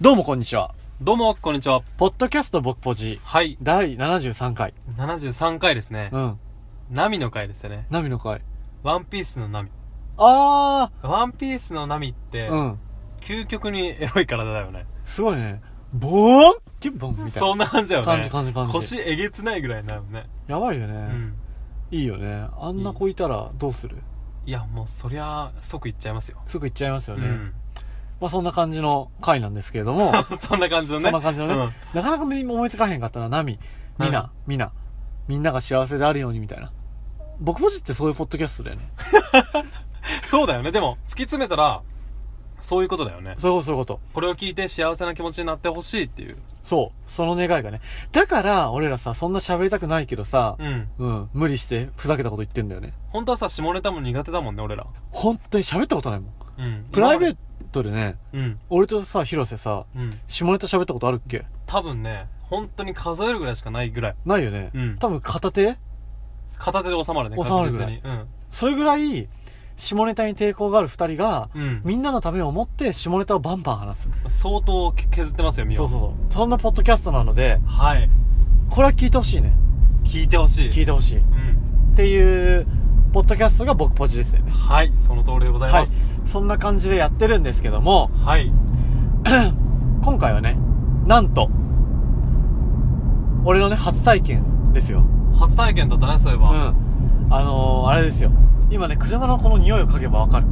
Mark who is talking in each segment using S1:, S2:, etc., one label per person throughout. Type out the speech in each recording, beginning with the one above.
S1: どうもこんにちは。
S2: どうも、こんにちは。
S1: ポッドキャスト僕ポジ
S2: はい。
S1: 第73回。
S2: 73回ですね
S1: う。ん。
S2: ナミの回ですよね。
S1: ナミの回。
S2: ワンピースのナミ。
S1: あ
S2: ワンピースのナミって、
S1: ーうん。
S2: 究極にエロい体だよね。
S1: すごいね。ボーンキュッボンみたい
S2: そんな感じだよ
S1: な。
S2: ね。
S1: 感じ感じ感じ。
S2: 腰えげつないぐらいになるよね。
S1: やばいよね、
S2: うん。
S1: いいよね。あんな子いたらどうする
S2: いや、もうそりゃ、即行っちゃいますよ。
S1: すぐ行っちゃいますよ
S2: う
S1: ね。
S2: ん。
S1: まあそんな感じの回なんですけれども、
S2: そんな感じの
S1: そ
S2: ね。
S1: んな感じのね
S2: うん
S1: なかなか思いつかへんかったな。ナミ、み
S2: ナミ
S1: な、みな、みんなが幸せであるようにみたいな。僕ポジってそういうポッドキャストだよね。
S2: そうだよね。でも、突き詰めたら、そういうことだよね。
S1: そういうことそういうこと。
S2: これを聞いて幸せな気持ちになってほしいっていう。
S1: そう。その願いがね。だから、俺らさ、そんな喋りたくないけどさ、
S2: うん。
S1: うん、無理してふざけたこと言ってんだよね。
S2: 本当はさ、下ネタも苦手だもんね、俺ら。
S1: 本当に喋ったことないもん。
S2: うん。
S1: プライベー
S2: ト
S1: トでね、
S2: うん。
S1: 俺とさ、広瀬さ、
S2: うん。
S1: 下ネタ喋ったことあるっけ
S2: 多分ね本当に数えるぐらいしかないぐらい
S1: ないよね。
S2: うん
S1: 多分片手
S2: 片手で収まるね
S1: 収まるぐら
S2: 確
S1: い
S2: 実にうん
S1: それぐらい、下ネタに抵抗がある二人が、
S2: うん
S1: みんなのためを思って下ネタをバンバン話す。
S2: 相当削ってますよみ
S1: そ
S2: よ
S1: うそうそう。そんなポッドキャストなので、
S2: はい
S1: これは聞いてほしいね。
S2: 聞いてほしい
S1: 聞いてほしい。っ
S2: うん
S1: ていう、ポッドキャストが僕ポジですよね。
S2: はいその通りでござい
S1: は
S2: ま
S1: い
S2: す。
S1: そんな感じでやってるんですけども、
S2: はい
S1: 今回はね、なんと、俺のね、初体験ですよ。
S2: 初体験だったねそういえ
S1: うん。
S2: ば、
S1: あのー、あれですよ。今ね、車のこの匂いを嗅げばわかる。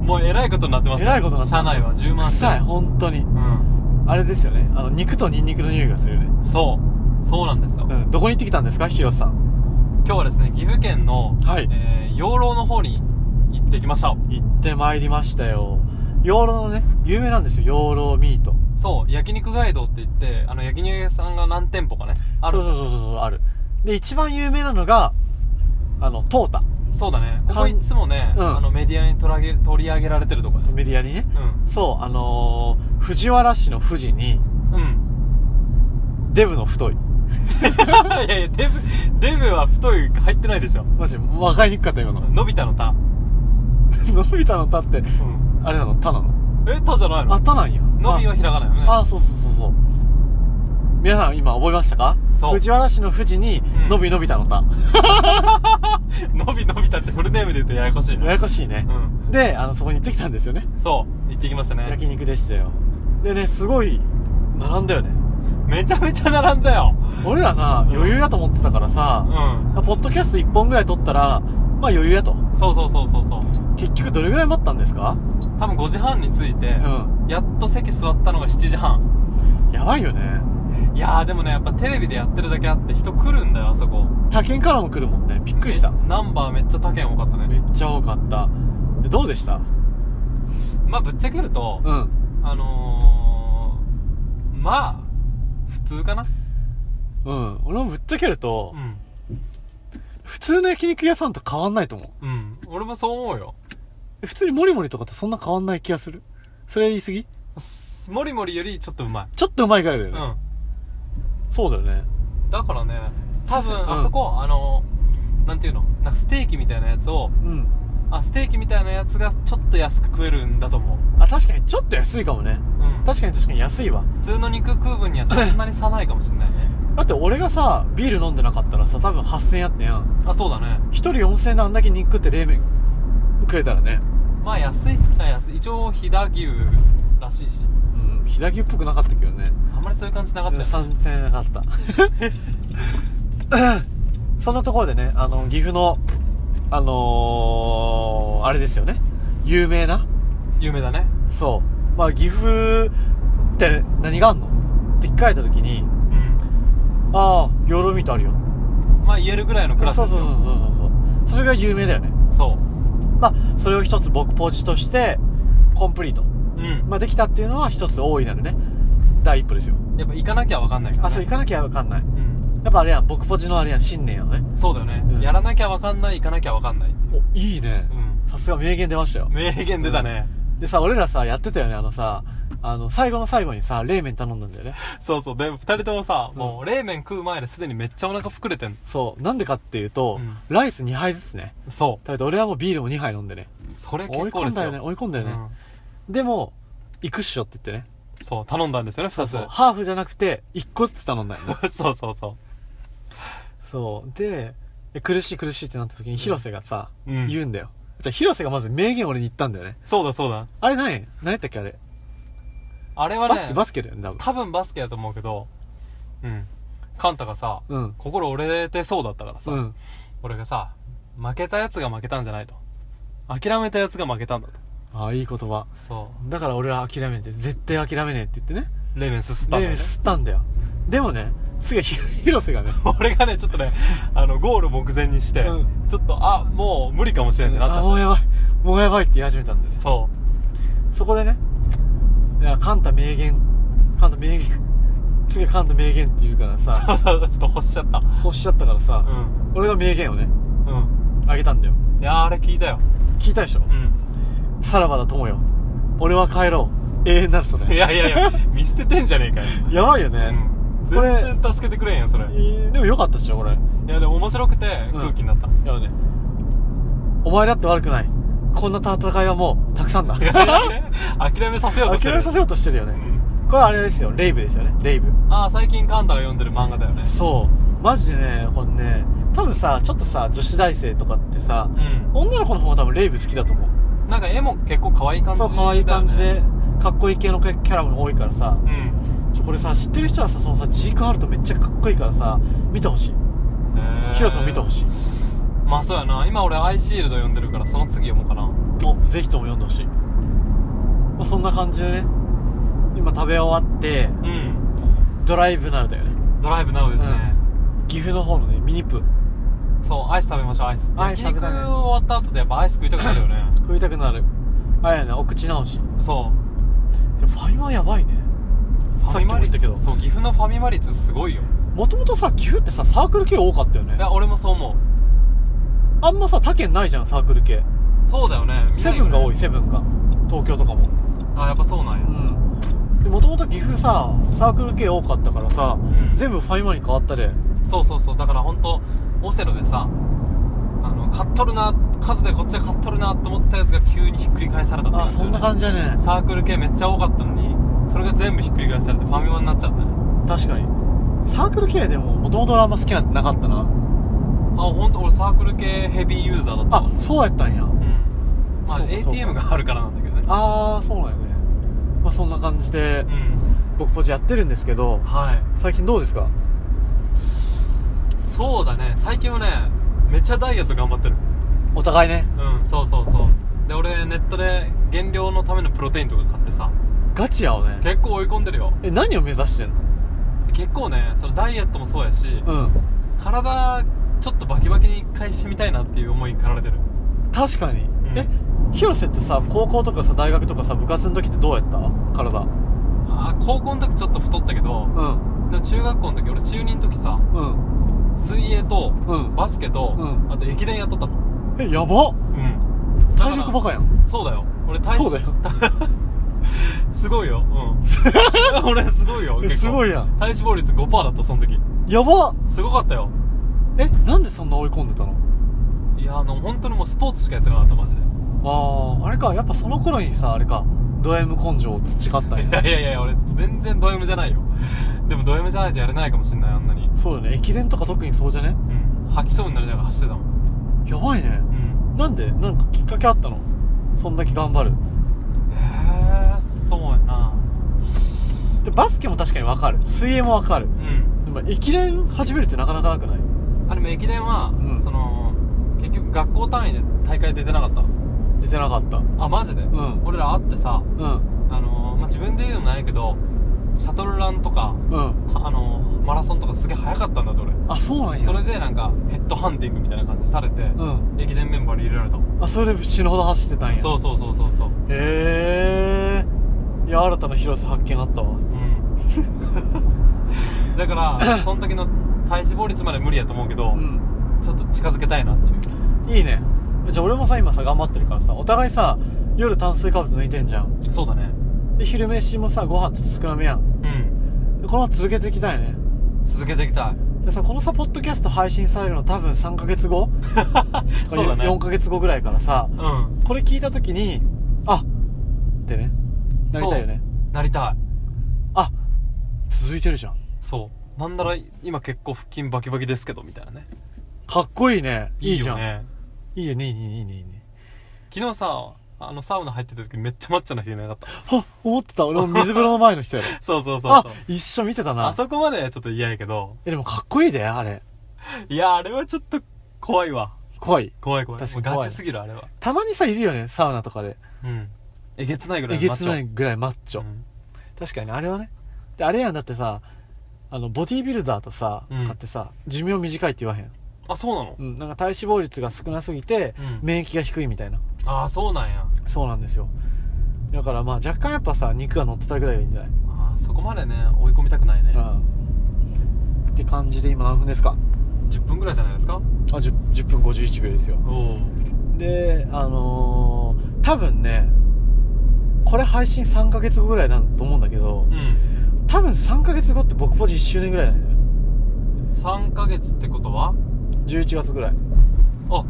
S2: もうえらいことになってます
S1: えらいことになって
S2: 車
S1: ます
S2: 内は10万
S1: 臭い、本当に。
S2: うん
S1: あれですよね。あの、肉とニンニクの匂いがするよね。
S2: そうそうなんですよ、
S1: うん。どこに行ってきたんですか、ヒロさん。
S2: 今日はですね岐阜県の、
S1: はい
S2: えー養老の方に行ってきました
S1: 行ってまいりましたよ。養老のね、有名なんですよ。養老ミート。
S2: そう焼肉ガイドって言ってあの焼肉屋さんが何店舗かねある
S1: そうそうそうそう、ある。で、一番有名なのが、あの、トータ。
S2: そうだねこ
S1: か
S2: こ
S1: ん
S2: いつもね、
S1: うん
S2: あのメディアに取り上げ取り上げられてるとこです
S1: メディアにね。
S2: う
S1: そう、あのー、藤原氏の富士に、
S2: んう ん
S1: デブの太い。
S2: いやいやデブデブは太い入ってないでしょ
S1: マジ、わかりにくかった今の。
S2: 伸びたのた
S1: のび太の「た」って
S2: うん
S1: あれなの「た」なの
S2: えたじゃないの
S1: あ「た」なんや
S2: 伸びはひらがなよね
S1: ああそうそうそうそう皆さん今覚えましたか
S2: そう
S1: 藤原氏の富士に「
S2: うん
S1: のびのび太の「た」
S2: 伸び伸びたってフルネームで言うとややこしい
S1: や
S2: ね
S1: やこしいね
S2: う、ん
S1: であのそこに行ってきたんですよね
S2: そう行ってきましたね
S1: 焼肉でしたよでねすごい並んだよね
S2: めちゃめちゃ並んだよ
S1: 俺らな
S2: うん
S1: 余裕やと思ってたから
S2: う
S1: さ、
S2: ん
S1: ポッドキャスト1本ぐらい撮ったらまあ余裕やと
S2: そうそうそうそうそう
S1: 結局どれぐらい待ったんですか
S2: 多分5時半に着いて
S1: う、ん
S2: やっと席座ったのが7時半
S1: やばいよね
S2: いやーでもねやっぱテレビでやってるだけあって人来るんだよあそこ
S1: 他県からも来るもんねびっくりした
S2: めナンバーめっちゃ他県多かったね
S1: めっちゃ多かったえどうでした
S2: まあぶっちゃけると、
S1: うん
S2: あのー、まあ普通かな
S1: うん。俺もぶっちゃけると、
S2: うん
S1: 普通の焼肉屋さんと変わんないと思
S2: うん俺もそう思うよ
S1: う。普通にモリモリとかとそんな変わんない気がする。それ言い過ぎ
S2: すもりもりよりちょっとうま
S1: ちょっとうまいぐらいだ
S2: い
S1: よ
S2: う
S1: ね。
S2: ん
S1: そうだよね。
S2: だからね多分
S1: うん
S2: あそこ、あのー、なんていうのなんかステーキみたいなやつを
S1: うん。
S2: あステーキみたいなやつがちょっと安く食えるんだと思う
S1: あ、確かにちょっと安いかもね。
S2: うん
S1: 確かに確かに安いわ。
S2: 普通の肉食う分にはそんなに差ないかもしんないね
S1: だって俺がさ、ビール飲んでなかったらさ、多分8000円やったやん。
S2: あそうだね
S1: 一人4000円であんだけ肉食って冷麺食えたらね。
S2: まあ安いっちゃ安い一応飛騨牛らしいし
S1: うん、飛騨牛っぽくなかったけどね。
S2: あんまりそういう感じなかったよね
S1: 3000円なかった そんなところでねあの岐阜のあのー、あれですよね有名な
S2: 有名だね
S1: そうまあ岐阜って何があんのって聞かれた時に
S2: うん
S1: ああ養老ミートあるよ
S2: まあ言えるぐらいのクラス
S1: そ
S2: で
S1: う
S2: す
S1: そう
S2: よ
S1: そうそうそうそれが有名だよね
S2: そ
S1: まあそれを一つ僕ポジとしてコンプリート、
S2: ううん
S1: まあ、できたっていうのは一つ大いなるね第一歩ですよ
S2: やっぱ行かなきゃ分かんないから、ね、
S1: あそう行かなきゃわかんない
S2: うん
S1: やっぱあれやん僕ポジのあれやん信念やね
S2: そうだよね、
S1: うん
S2: やらなきゃ分かんない行かなきゃ分かんないっていう
S1: おいいね、
S2: うん
S1: さすが名言出ましたよ。
S2: 名言出たね、
S1: でさ、俺らさ、やってたよね、あのさ、あの、最後の最後にさ、冷麺頼んだんだよね。
S2: そうそうで2人ともさ、
S1: うん
S2: もう冷麺食う前ですでにめっちゃお腹膨れてん
S1: そう。なんでかっていうと、
S2: うん
S1: ライス2杯ずつね。
S2: そ
S1: 食べて、俺はもうビールも2杯飲んでね。
S2: うそれ
S1: 追い
S2: 結構
S1: 込
S2: で
S1: ん
S2: す
S1: だ
S2: よ
S1: よね、追い込んだよね。でも、行くっしょって言ってね。
S2: そう、頼んだんですよね、
S1: そ
S2: 二
S1: う
S2: つ。
S1: そ。
S2: そう
S1: ハーフじゃなくて、一個ずつ頼んだよね。
S2: う そうそうそ
S1: そう。で、で苦しい苦しいってなった時に広瀬がさ、
S2: う。うん。
S1: 言うんだよ。じゃあ広瀬がまず名言俺に言ったんだよね。
S2: そうだそうだ。
S1: あれ何何やったっけあれ。
S2: あれは
S1: バスケ、
S2: ね、
S1: バスケだよね、多分。
S2: 多分バスケだと思うけど、うん。カンタがさ、
S1: うん。
S2: 心折れてそうだったからさ、
S1: うん。
S2: 俺がさ、負けたやつが負けたんじゃないと。諦めたやつが負けたんだと。
S1: ああ、いい言葉。
S2: そ
S1: だから俺は諦めて、絶対諦めねえって言ってね。
S2: う。レーベンスすったんだよ
S1: で、
S2: ね。
S1: 吸ったんだよ。でもね、すげえひ 広瀬がね、
S2: 俺がね、ちょっとね、あの、ゴール目前にして、
S1: うん
S2: ちょっと、あ、もう無理かもしれんってなった
S1: あ、
S2: んだ
S1: もうや
S2: よ
S1: ばい、もうやばいって言い始めたんだよね。
S2: そ
S1: そこでね、いや、カンタ名言、カンタ名言、すげえカンタ名言って言うから
S2: う。そ
S1: さ、
S2: う そう、ちょっと欲しちゃった。
S1: 欲しちゃったから
S2: う
S1: さ、
S2: ん。
S1: 俺が名言をね、
S2: うん。
S1: あげたんだよ。
S2: いやー、あれ聞いたよ。
S1: 聞いたでしょ
S2: うん。
S1: さらばだ友よ。俺は帰ろう。永遠なるそ
S2: い
S1: れ。
S2: やいやい や、見捨ててんじゃねえかよ。
S1: やばいよね。
S2: うん。
S1: これ
S2: 全然助けてくれんやん、それ。い
S1: えーでもよかったっしょ、これ。い
S2: や、でも面白くて、
S1: うん
S2: 空気になった。
S1: やね。お前だって悪くない。こんな戦いはもう、たくさんだ。
S2: 諦めさせようとして
S1: 諦
S2: る。
S1: めさせようとしてるよ
S2: う
S1: ね。
S2: ん
S1: これあれですよ、レイブですよね、レイブ。
S2: ああ、最近カンタが読んでる漫画だよね。
S1: そう。マジでね、これね、多分さ、ちょっとさ、女子大生とかってさ、
S2: う
S1: 女の子の方が多分レイブ好きだと思う。
S2: ん。なんか絵も結構可愛い感じ
S1: そ
S2: だ
S1: う、
S2: よね
S1: 可愛い感じ。で、かっこいい系のキャラも多いからさ、
S2: うん。
S1: ちょこれさ、知ってる人はさ、そのさ、ジークアルトめっちゃかっこいいからさ、見てほしい。
S2: へー
S1: ヒロさんも見てほしい。
S2: まあそうやな今俺アイシールド読んでるからその次読もうかな
S1: もうぜひとも読んでほしい。まあ、そんな感じでね、今食べ終わって、
S2: うん
S1: ドライブなるだよね。
S2: ドライブナウですね、
S1: 岐阜の方のね、ミニプ
S2: そうアイス食べましょうアイス
S1: アイス食べたいね
S2: 焼肉終わった後でやっぱアイス食いたくなるよね
S1: 食いたくなる。あれやね、お口直し。
S2: そう
S1: でもファミマやばいね。
S2: ファミマ
S1: さっきも言った
S2: 率
S1: けど
S2: そう岐阜のファミマ率すごいよ
S1: もともとさ、岐阜ってさ、サークル系多かったよね
S2: い。や俺もそう思
S1: あんまさ、他県ないじゃん、サークル系。
S2: うそうだよね
S1: セブンが多
S2: い
S1: い、セブンが。東京とかも。
S2: あやっぱそうなんや
S1: うん。で、もともと岐阜さ、サークル系多かったからさ、
S2: うん
S1: 全部ファミマに変わったで。
S2: そうそうそうだから本当オセロでさあの買っとるな数でこっちは買っとるなと思ったやつが急にひっくり返されたって
S1: あ、
S2: 感じだ
S1: そ
S2: よ
S1: ん
S2: ね
S1: な感じだね。
S2: サークル系めっちゃ多かったのにそれが全部ひっくり返されてファミマになっちゃったね
S1: 確かに。サークル系でも、もともとあんま好きなんてなかったな。
S2: あ本当俺サークル系ヘビーユーザーだった
S1: あ、そうやったんや。
S2: うんまあ
S1: そうかそうか
S2: ATM があるからなんだけどね
S1: あー、そうなんやね。まあそんな感じで
S2: う、ん
S1: 僕ポジやってるんですけど、
S2: はい
S1: 最近どうですか
S2: そうだね最近はねめっちゃダイエット頑張ってる
S1: お互いね。
S2: うんそうそうそうで俺ネットで減量のためのプロテインとか買ってさ
S1: ガチやわね。
S2: 結構追い込んでるよ
S1: え、何を目指してんの
S2: 結構ねそのダイエットもそうやし、
S1: うん。
S2: 体ちょっとバキバキに一回してみたいなっていう思いに駆られてる
S1: 確かに。
S2: ん
S1: え、広瀬ってさ、高校とかさ、大学とかさ、部活の時ってどうやった体。
S2: あー高校の時ちょっと太ったけど
S1: うん。
S2: でも中学校の時俺中2の時さ
S1: うん。
S2: 水泳と
S1: うん。
S2: バスケと、
S1: うん
S2: あと駅伝やっとったの
S1: え、やばっ
S2: うん
S1: 体力バカやん。
S2: そうだよ俺体
S1: そうだよ
S2: すごい ようん俺すごいよ
S1: え、
S2: 結構
S1: すごいやん。
S2: 体脂肪率5%だったその時
S1: やばっ
S2: すごかったよ
S1: え、なんでそんな追い込んでたの
S2: いやあの本当にもうスポーツしかやってなかったマジで
S1: あー、あれか、やっぱその頃にさ、あれか、ド M 根性を培ったんや
S2: い。やいやいや俺全然ド M じゃないよでもド M じゃないとやれないかもしんないあんなに
S1: そうだよね駅伝とか特にそうじゃね
S2: うん吐きそうになりながら走ってたもん
S1: やばいね
S2: うん
S1: なんでなんかきっかけあったのそんだけ頑張る
S2: へえそうやな
S1: でバスケも確かにわかる水泳もわかる
S2: うん
S1: でも駅伝始めるってなかなかなくない
S2: あでも駅伝は、
S1: うん
S2: その結局学校単位で大会出てなかった
S1: 出てなかった
S2: あマジで、
S1: ん
S2: 俺ら会ってさ
S1: うん
S2: あのーまあ、自分で言うのもないけどシャトルランとか
S1: うん
S2: たあのーマラソンとかすげえ速かったんだって俺
S1: あそうなんや
S2: それでなんかヘッドハンティングみたいな感じされて、
S1: うん
S2: 駅伝メンバーに入れられた
S1: あそれで死ぬほど走ってたんや
S2: そうそうそうそうそう
S1: へえいや新たな広さ発見あったわ
S2: うん だからその時の体脂肪率まで無理やと思うけど、
S1: うん
S2: ちょっと近づけたいなっていう
S1: いいねじゃあ俺もさ今さ頑張ってるからさお互いさ夜炭水化物抜いてんじゃん
S2: そうだね
S1: で昼飯もさご飯ちょっと少なめやん
S2: うん
S1: でこのまま続けていきたいね
S2: 続けていきたい
S1: でさこのさポッドキャスト配信されるの多分3ヶ月後
S2: そうだね
S1: 4ヶ月後ぐらいからさ
S2: うん
S1: これ聞いた時にあってねなりたいよね
S2: なりた
S1: 続いてるじゃん
S2: そうなんなら今結構腹筋バキバキですけどみたいなね
S1: かっこいいねいいじゃ
S2: よ
S1: んいい,、
S2: ね
S1: よねいいねいいねいいね
S2: 昨日さあのサウナ入ってた時めっちゃマッチョな人いな かった
S1: あ思ってた俺も水風呂の前の人や ろ
S2: そうそうそうそ
S1: あ
S2: う
S1: 一緒見てた
S2: あ
S1: な
S2: そこまではちょっと嫌やけど
S1: えでもかっこいいであれ
S2: いやあれはちょっと怖いわ
S1: 怖い
S2: 怖い怖い
S1: 確かに
S2: もう
S1: 怖い
S2: ガチすぎるあれは
S1: たまにさいるよねサウナとかで
S2: うんえげつないぐら
S1: え
S2: いの
S1: げ
S2: マッ
S1: つ
S2: チョ
S1: ないぐらいマッチョ、
S2: うん
S1: 確かにねあれはねであれやんだってさあのボディービルダーとさ、
S2: うん
S1: 買ってさ寿命短いって言わへん、
S2: あそうなの
S1: うん、なんか体脂肪率が少なすぎて、
S2: うん
S1: 免疫が低いみたいな
S2: ああそうなんや
S1: そうなんですよだからまあ若干やっぱさ肉が乗ってたぐらいがいいんじゃない、
S2: あーそこまでね追い込みたくないね
S1: うんって感じで今何分ですか
S2: 10分ぐらいじゃないですか
S1: あ 10, 10分51秒ですよ
S2: おお
S1: であのー、多分ねこれ配信3ヶ月後ぐらいなんと思うんだけど
S2: うん
S1: 多分3ヶ月後って僕ポジ1周年ぐらいなんだよ
S2: 3ヶ月ってことは
S1: 11月ぐらい
S2: あ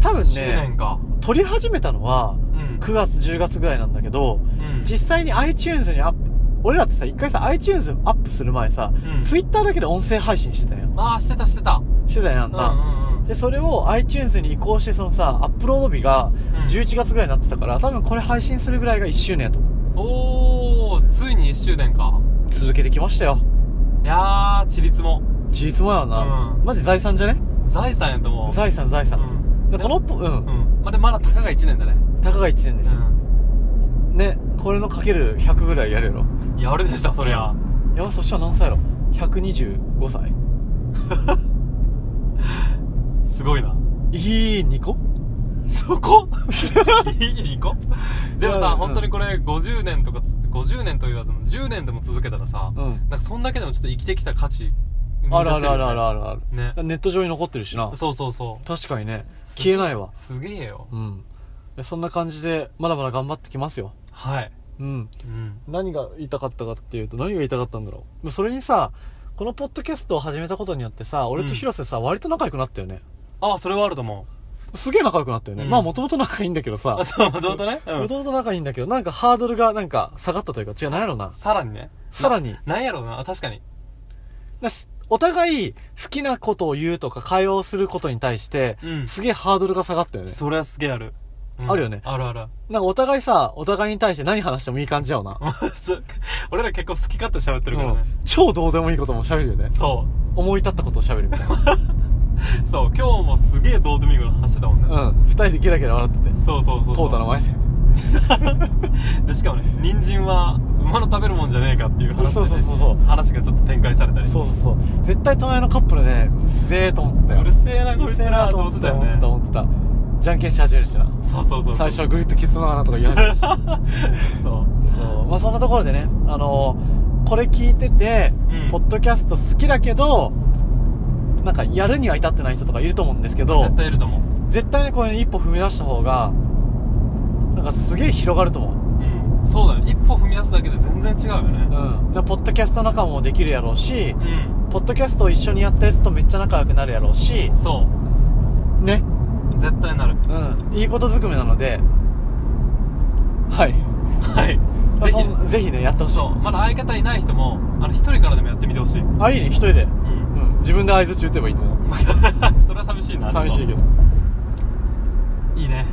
S1: 多分
S2: 周
S1: ね
S2: 年か
S1: 撮り始めたのは
S2: うん
S1: 9月10月ぐらいなんだけど
S2: うん
S1: 実際に iTunes にアップ俺らってさ一回さ iTunes アップする前さ、
S2: うん
S1: Twitter だけで音声配信してたよ
S2: ああしてたしてた
S1: してたや
S2: うんんう
S1: な、
S2: んうん
S1: でそれを iTunes に移行してそのさアップロード日が
S2: うん
S1: 11月ぐらいになってたから、多分これ配信するぐらいが1周年やと思う
S2: おおついに1周年か
S1: 続けてきましたよ
S2: いやーちりつも
S1: 事実もやわな、
S2: うん
S1: マジ財産じゃね
S2: 財産やと思う
S1: 財産財
S2: う
S1: 産、
S2: ん
S1: でこのうん、
S2: うんまあでまだたかが1年だね
S1: たかが1年ですよ、
S2: う
S1: ねこれのかける100ぐらいやるやろ
S2: んやるでしょそりゃ
S1: やばそしたら何歳やろ125歳
S2: すごいない
S1: い2個
S2: そこ いいこでも
S1: いやう
S2: さ
S1: ん
S2: 本当にこれ50年とかつ50年と言わずも10年でも続けたらさ
S1: うん
S2: なんかそんだけでもちょっと生きてきた価値
S1: あるあるあるある
S2: あ
S1: あるある
S2: るね
S1: ネット上に残ってるしな
S2: そうそうそ
S1: 確かにね
S2: う
S1: 消えないわ
S2: すげえよ
S1: うんいやそんな感じでまだまだ頑張ってきますよ
S2: はい
S1: うん
S2: うん
S1: 何が言いたかったかっていうと何が言いたかったんだろうまあそれにさこのポッドキャストを始めたことによってさ俺と広瀬さ、割と仲良くなったよね
S2: ああそれはあると思う
S1: すげえ仲良くなったよね、
S2: うん
S1: まあもともと仲いいんだけどさ
S2: あそうもともとねう
S1: も
S2: ん
S1: ともと仲いいんだけどなんかハードルがなんか下がったというか違うなんやろうな
S2: さらにね
S1: さらに
S2: なんやろうなあ確かに
S1: だしお互い好きなことを言うとか会話をすることに対して、
S2: うん
S1: すげえハードルが下がったよね
S2: それはすげえあるうん
S1: あるよね
S2: あるあ る
S1: なんかお互いさお互いに対して何話してもいい感じやわな、
S2: あるそう俺ら結構好き勝手喋ってるから
S1: う
S2: ね
S1: ん超どうでもいいことも喋るよね
S2: そ
S1: 思い立ったことを喋るみたい な
S2: うそう今日もすげえどうでもいいこと話してたもんね
S1: うん二人でゲラゲラ笑ってて
S2: そうそうそう
S1: トータの前で
S2: でしかもね人参は馬の食べるもんじゃねえかっていう話で、
S1: そう
S2: ね、
S1: そうそうそう
S2: 話がちょっと展開されたり
S1: そうそうそう絶対隣のカップルねうっせえと思ったよ
S2: うるせえな
S1: う
S2: こ
S1: る
S2: いつ
S1: せえ
S2: ら
S1: な
S2: と
S1: と
S2: 思っ
S1: 思
S2: て
S1: ったた
S2: よ
S1: 思っ
S2: ね
S1: てた思ってたじゃんけんし始めるしな
S2: そうそうそう
S1: 最初はグーとケツの穴とか言わ れてたし
S2: そう
S1: そうまあそんなところでねあのーこれ聞いてて、
S2: うん
S1: ポッドキャスト好きだけどなんかやるには至ってない人とかいると思うんですけど
S2: 絶対いると思う
S1: 絶対ねこれね一歩踏み出した方がなんかすげえ広がると思
S2: うんそうだね一歩踏み出すだけで全然違うよ
S1: う、
S2: ね
S1: うん、でポッドキャスト仲間もできるやろうし
S2: う、ん、
S1: ポッドキャストを一緒にやったやつとめっちゃ仲良くなるやろうし
S2: そ
S1: ね
S2: う絶対なる
S1: うんいいことずくめなのではい、
S2: はい
S1: まあ
S2: ぜ
S1: そん
S2: ひ
S1: ぜひねやってほしい
S2: そうまだ相方いない人もあの一人からでもやってみてほしいうん
S1: あいいね一人で、
S2: ま
S1: うん、自分で合図中打てばいいと思う
S2: た それは寂しいな
S1: 寂しいけど
S2: どいいね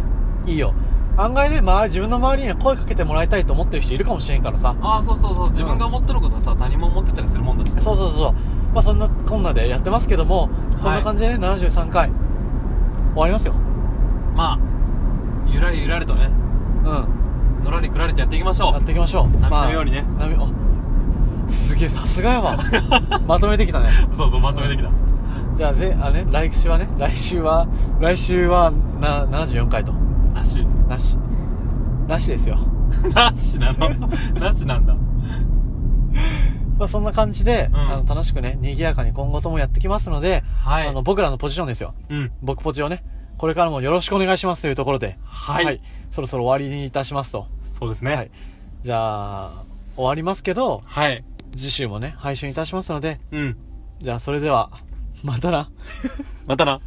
S1: いいよ案外ね、まあ、自分の周りには声かけてもらいたいと思ってる人いるかもしれんからさ
S2: ああそうそうそう自分が思ってることはさ他人も思ってたりするもんだしね
S1: そうそうそうまあそんなこんなでやってますけどもこんな感じでね、73回終わりますよ
S2: まあゆらりゆらりとね
S1: うん
S2: のらりくらりとやっていきましょ
S1: や
S2: う
S1: っていきましょう
S2: 波
S1: まあ
S2: のようにね
S1: 波あすげえさすがや わまとめてきたね
S2: そうそうまとめてきた
S1: じゃあぜあね来週はね来週は来週はな74回と
S2: なし
S1: なしなしですよ
S2: なしな のなしなんだ
S1: まあそんな感じで、
S2: うん
S1: あの楽しくね賑やかに今後ともやってきますので、
S2: はい
S1: あの僕らのポジションですよ
S2: うん
S1: 僕ポジをねこれからもよろしくお願いしますというところで
S2: はい、
S1: そろそろ終わりにいたしますと
S2: そうですね
S1: はいじゃあ終わりますけど
S2: はい、
S1: 次週もね配信いたしますので
S2: うん
S1: じゃあそれではまたな
S2: またな